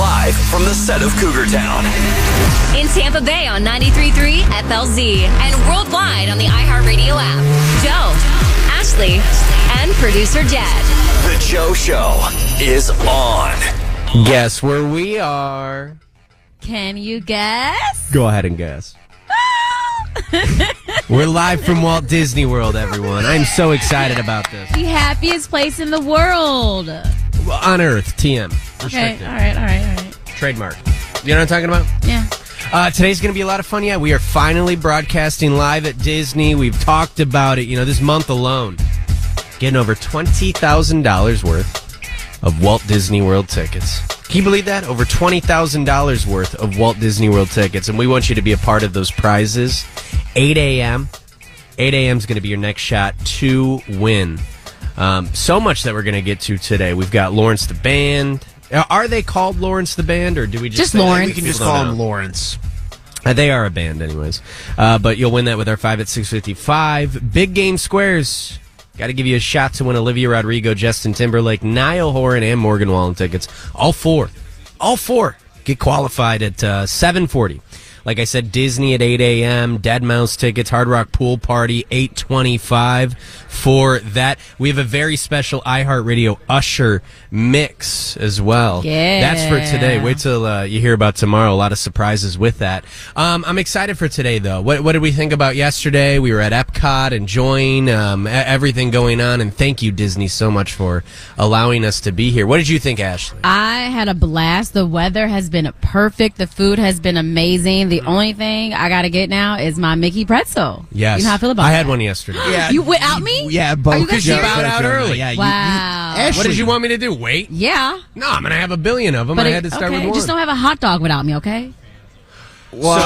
live from the set of Cougar Town. In Tampa Bay on 93.3 FLZ and worldwide on the iHeartRadio app. Joe, Ashley, and producer Jed. The Joe Show is on. Guess where we are. Can you guess? Go ahead and guess. We're live from Walt Disney World, everyone. I'm so excited about this. the happiest place in the world. Okay, Well, on Earth, TM. Restricted. all right, all right, all right. Trademark. You know what I'm talking about? Yeah. Uh, today's going to be a lot of fun. Yeah, we are finally broadcasting live at Disney. We've talked about it. You know, this month alone, getting over twenty thousand dollars worth of Walt Disney World tickets. Can you believe that? Over twenty thousand dollars worth of Walt Disney World tickets, and we want you to be a part of those prizes. Eight a.m. Eight a.m. is going to be your next shot to win. Um, so much that we're going to get to today. We've got Lawrence the Band. Uh, Are they called Lawrence the Band, or do we just Just say that? Lawrence. We can just People don't call know. him Lawrence. Uh, they are a band, anyways. Uh, but you'll win that with our five at six fifty five. Big game squares. Got to give you a shot to win Olivia Rodrigo, Justin Timberlake, Niall Horan, and Morgan Wallen tickets. All four, all four get qualified at uh, seven forty. Like I said, Disney at eight a.m. Dead Mouse tickets, Hard Rock Pool Party eight twenty five. For that, we have a very special iHeartRadio Usher mix as well. Yeah. that's for today. Wait till uh, you hear about tomorrow. A lot of surprises with that. Um, I'm excited for today, though. What, what did we think about yesterday? We were at Epcot enjoying um, e- everything going on, and thank you, Disney, so much for allowing us to be here. What did you think, Ashley? I had a blast. The weather has been perfect. The food has been amazing. The only thing I got to get now is my Mickey pretzel. yes. You know how I feel about I had that. one yesterday. Yeah. You without me? Yeah, Are you both. guys Because you serious? bowed out early. Yeah, you- Wow. You, Ashley, What did you want me to do? Wait? Yeah. No, I'm going to have a billion of them. I it- had to start okay, with one. Just don't have a hot dog without me, okay? so,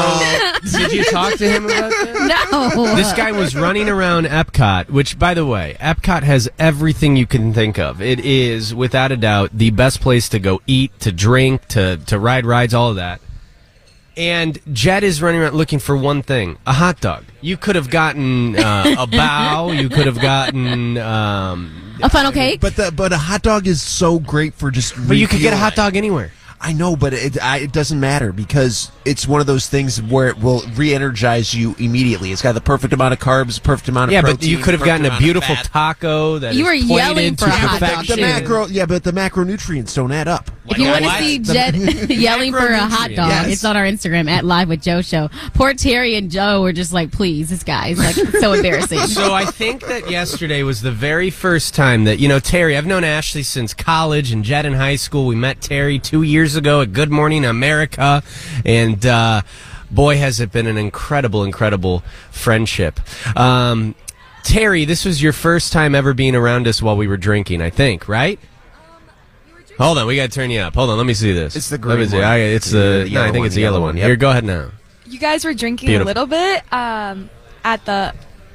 did you talk to him about that? No. this guy was running around Epcot, which, by the way, Epcot has everything you can think of. It is, without a doubt, the best place to go eat, to drink, to, to ride rides, all of that. And Jed is running around looking for one thing a hot dog. You could have gotten uh, a bow, you could have gotten. Um, a funnel cake? But the but a hot dog is so great for just. but you could get a hot dog anywhere. I know, but it I, it doesn't matter because it's one of those things where it will re-energize you immediately. It's got the perfect amount of carbs, perfect amount of Yeah, but protein, you could have perfect gotten a amount of beautiful fat. taco that is You were plated yelling for to a hot dog, the perfection. too. macro, yeah, but the macronutrients don't add up. If you want to what? see The- Jed yelling for a hot dog, Yes. it's on our Instagram at Live with Joe Show. Poor Terry and Joe were just like, please, this guy is like so embarrassing. So I think that yesterday was the very first time that you know Terry. I've known Ashley since college and Jed in high school. We met Terry two years ago at Good Morning America, and uh, boy, has it been an incredible, incredible friendship. Um, Terry, this was your first time ever being around us while we were drinking. I think, right? Hold on, we gotta turn you up. Hold on, let me see this. It's the Let me green see. one. I, it's Yeah, the, the no, I yellow think one, it's the yellow yellow one, one. yep. Here, go ahead now. You guys were drinking Beautiful. a little bit um, at the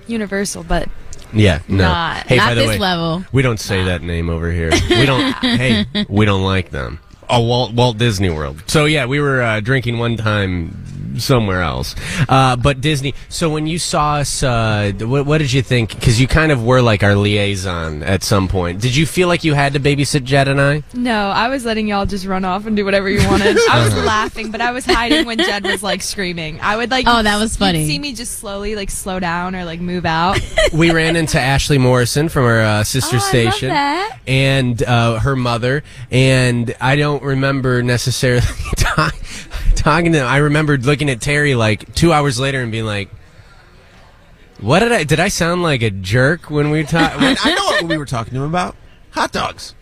Universal, but Yeah, no. Not- hey, not by the this way, level. we don't say that name over here. We don't. hey, we don't like them. Oh, Walt, Walt Disney World. So yeah, we were uh, drinking one time somewhere else, uh, but Disney. So when you saw us, uh, what, what did you think? Because you kind of were like our liaison at some point. Did you feel like you had to babysit Jed and I? no, I was letting y'all just run off and do whatever you wanted. I was laughing, but I was hiding when Jed was like screaming. I would like, Oh, that was you'd funny. See me just slowly like slow down or like move out. we ran into Ashley Morrison from our uh, sister Oh, I love station that. and uh, her mother. And I don't remember necessarily ta- talking to them. I remembered looking at Terry like two hours later and being like, what did I did I sound like a jerk when we talked? And I know what we were talking to him about. Hot dogs.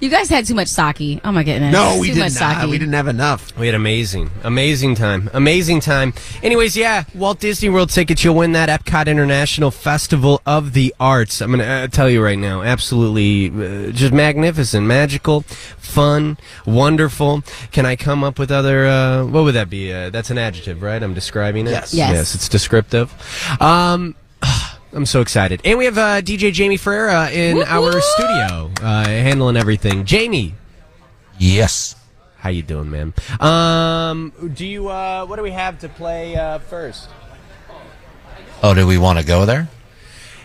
you guys had too much sake. Oh my goodness. No, we too did much not. sake. We didn't have enough. we had amazing, amazing time, amazing time. Anyways, yeah, Walt Disney World tickets. You'll win that Epcot International Festival of the Arts. I'm gonna uh, tell you right now, absolutely, uh, just magnificent, magical, fun, wonderful. Can I come up with other? Uh, what would that be? Uh, that's an adjective, right? I'm describing it. Yes. Yes. Yes. It's descriptive. Um, I'm so excited, and we have uh, DJ Jamie Ferreira in our studio, uh, handling everything. Jamie, Yes. how you doing, man? Um, do you? Uh, what do we have to play uh, first? Oh, do we want to go there?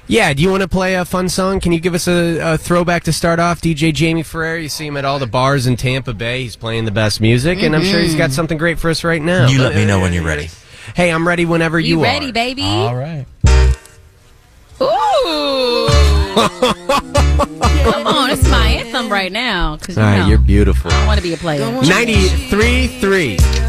Yeah, do you want to play a fun song? Can you give us a, a throwback to start off? DJ Jamie Ferrer, you see him at all the bars in Tampa Bay. He's playing the best music, and I'm sure he's got something great for us right now. You let me know when you're ready. Hey, I'm ready whenever you, You are. ready, baby? All right. Come on, it's my anthem right now. Cause you All right, know, you're beautiful. I want to be a player. 93 3.